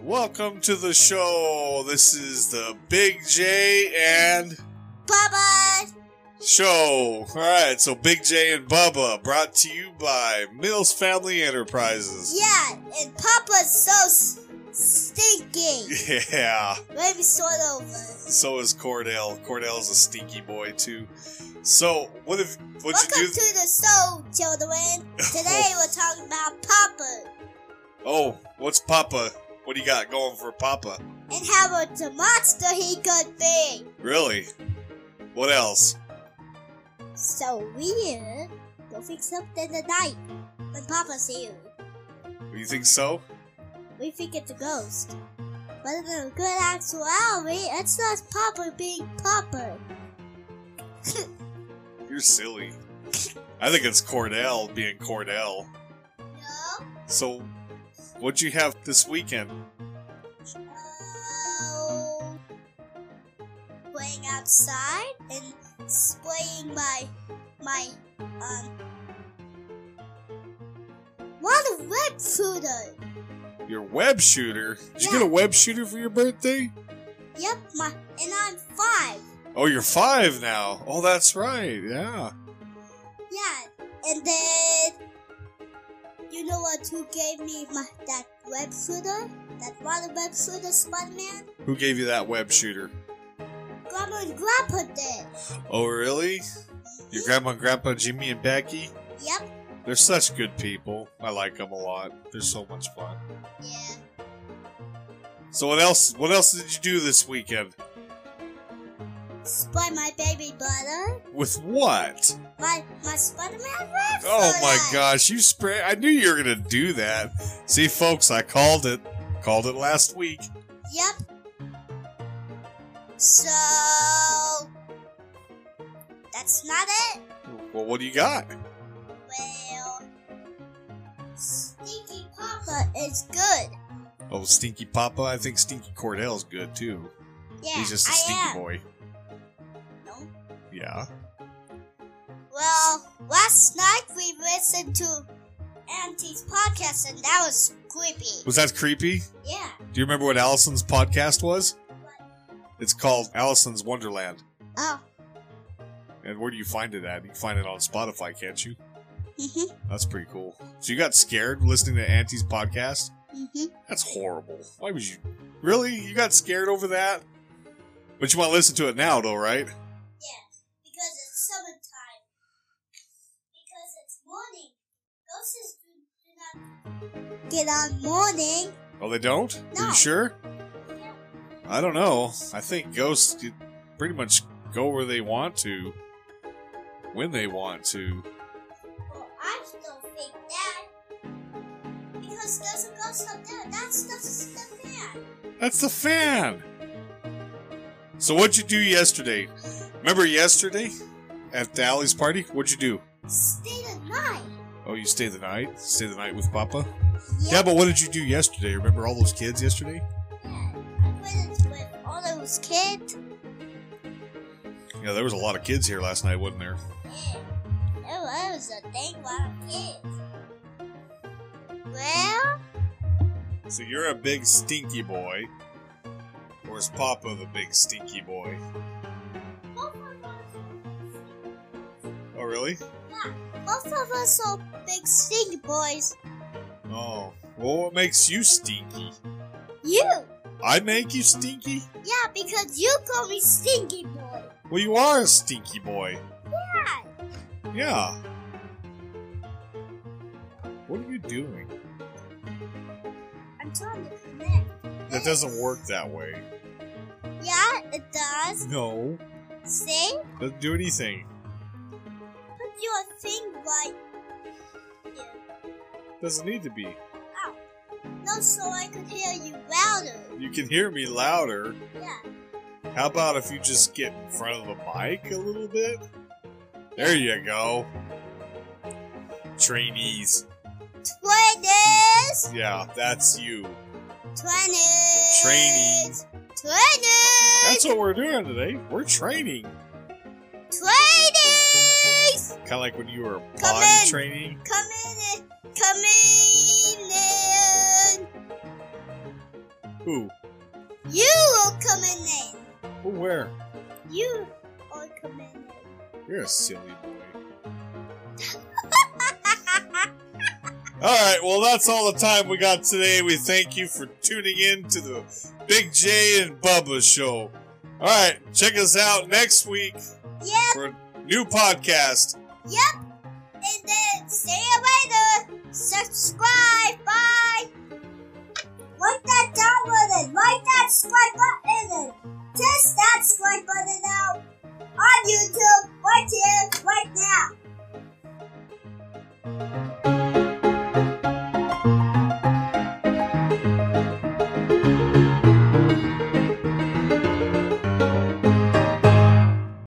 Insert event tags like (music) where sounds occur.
Welcome to the show. This is the Big J and Bubba! Show. All right, so Big J and Bubba brought to you by Mills Family Enterprises. Yeah, and Papa's so s- stinky. Yeah, Let me start over. so is Cordell. Cordell's a stinky boy too. So what if what Welcome you to do? the show, children. (laughs) Today we're talking about Papa Oh, what's Papa? What do you got going for Papa? and how much a monster he could be. Really? What else? So weird. Go fix up in the night when Papa's here. You think so? We think it's a ghost. But in a good actuality, it's not Papa being Papa. You're silly. I think it's Cordell being Cordell. No? So, what'd you have this weekend? Oh, playing outside and spraying my my um what a red shooter. Your web shooter? Did you Yeah. get a web shooter for your birthday? Yep, my and I'm five. Oh, you're five now. Oh, that's right. Yeah. Yeah, and then you know what? Who gave me my that web shooter? That water web shooter, Spider Man. Who gave you that web shooter? Grandma and Grandpa did. Oh, really? Your grandma and grandpa Jimmy and Becky? Yep. They're such good people. I like them a lot. They're so much fun. Yeah. So what else? What else did you do this weekend? Spray my baby brother. With what? My my Spider-Man rap. Oh for my that. gosh! You spray. I knew you were gonna do that. See, folks, I called it. Called it last week. Yep. So that's not it. Well, what do you got? Well, Stinky Papa is good. Oh, Stinky Papa. I think Stinky Cordell's good too. Yeah, He's just a I stinky am. boy. No? Yeah. Well, last night we listened to Auntie's podcast, and that was creepy. Was that creepy? Yeah. Do you remember what Allison's podcast was? It's called Allison's Wonderland. Oh. (laughs) And where do you find it at? You can find it on Spotify, can't you? Mhm. That's pretty cool. So you got scared listening to Auntie's podcast? Mhm. That's horrible. Why would you? Really? You got scared over that? But you want to listen to it now, though, right? Because it's summertime. Because it's morning. Ghosts do, do not get on morning. Oh, they don't? Are No. you sure? I don't know. I think ghosts could pretty much go where they want to, when they want to. Well, I don't think that. Because there's a ghost up there. That's that's the fan. That's the fan. So what'd you do yesterday? Remember yesterday at Allie's party? What'd you do? Stay the night. Oh, you stay the night. Stay the night with Papa. Yeah, Yep. but what did you do yesterday? Remember all those kids yesterday? I went with all those kids. Yeah, there was a lot of kids here last night, wasn't there? Yeah. There was a thing about kids. Well, So you're a big stinky boy, or is Papa the big stinky boy? both of us, Oh, really? both of us are big stinky boys. Oh, well, what makes you stinky? You. I make you stinky? Yeah, because you call me Stinky Boy. Well, you are a stinky boy. Yeah. Yeah. What are you doing? I'm trying to connect. That doesn't work that way. Yeah, it does. No, See? doesn't do anything. Put your thing right here. Doesn't need to be. No, so I could hear you louder. You can hear me louder. Yeah. How about if you just get in front of the mic a little bit? There you go. Trainees. Twenties! Yeah, that's you. Twenties! Trainees. Twenties! That's what we're doing today. We're training. Trainees! Kind of like when you were body Come in. training. Come in, come in. Who? You will come in there. Who? Where? You will come in there. You're a silly boy. All right, well, that's all the time we got today. We thank you for tuning in to the Big J and Bubba show. All right, check us out next week (laughs) Yeah, for a new podcast. and then see you later. Subscribe. Bye. Like that down button. Like that subscribe button. and Test that subscribe button out on YouTube. Watch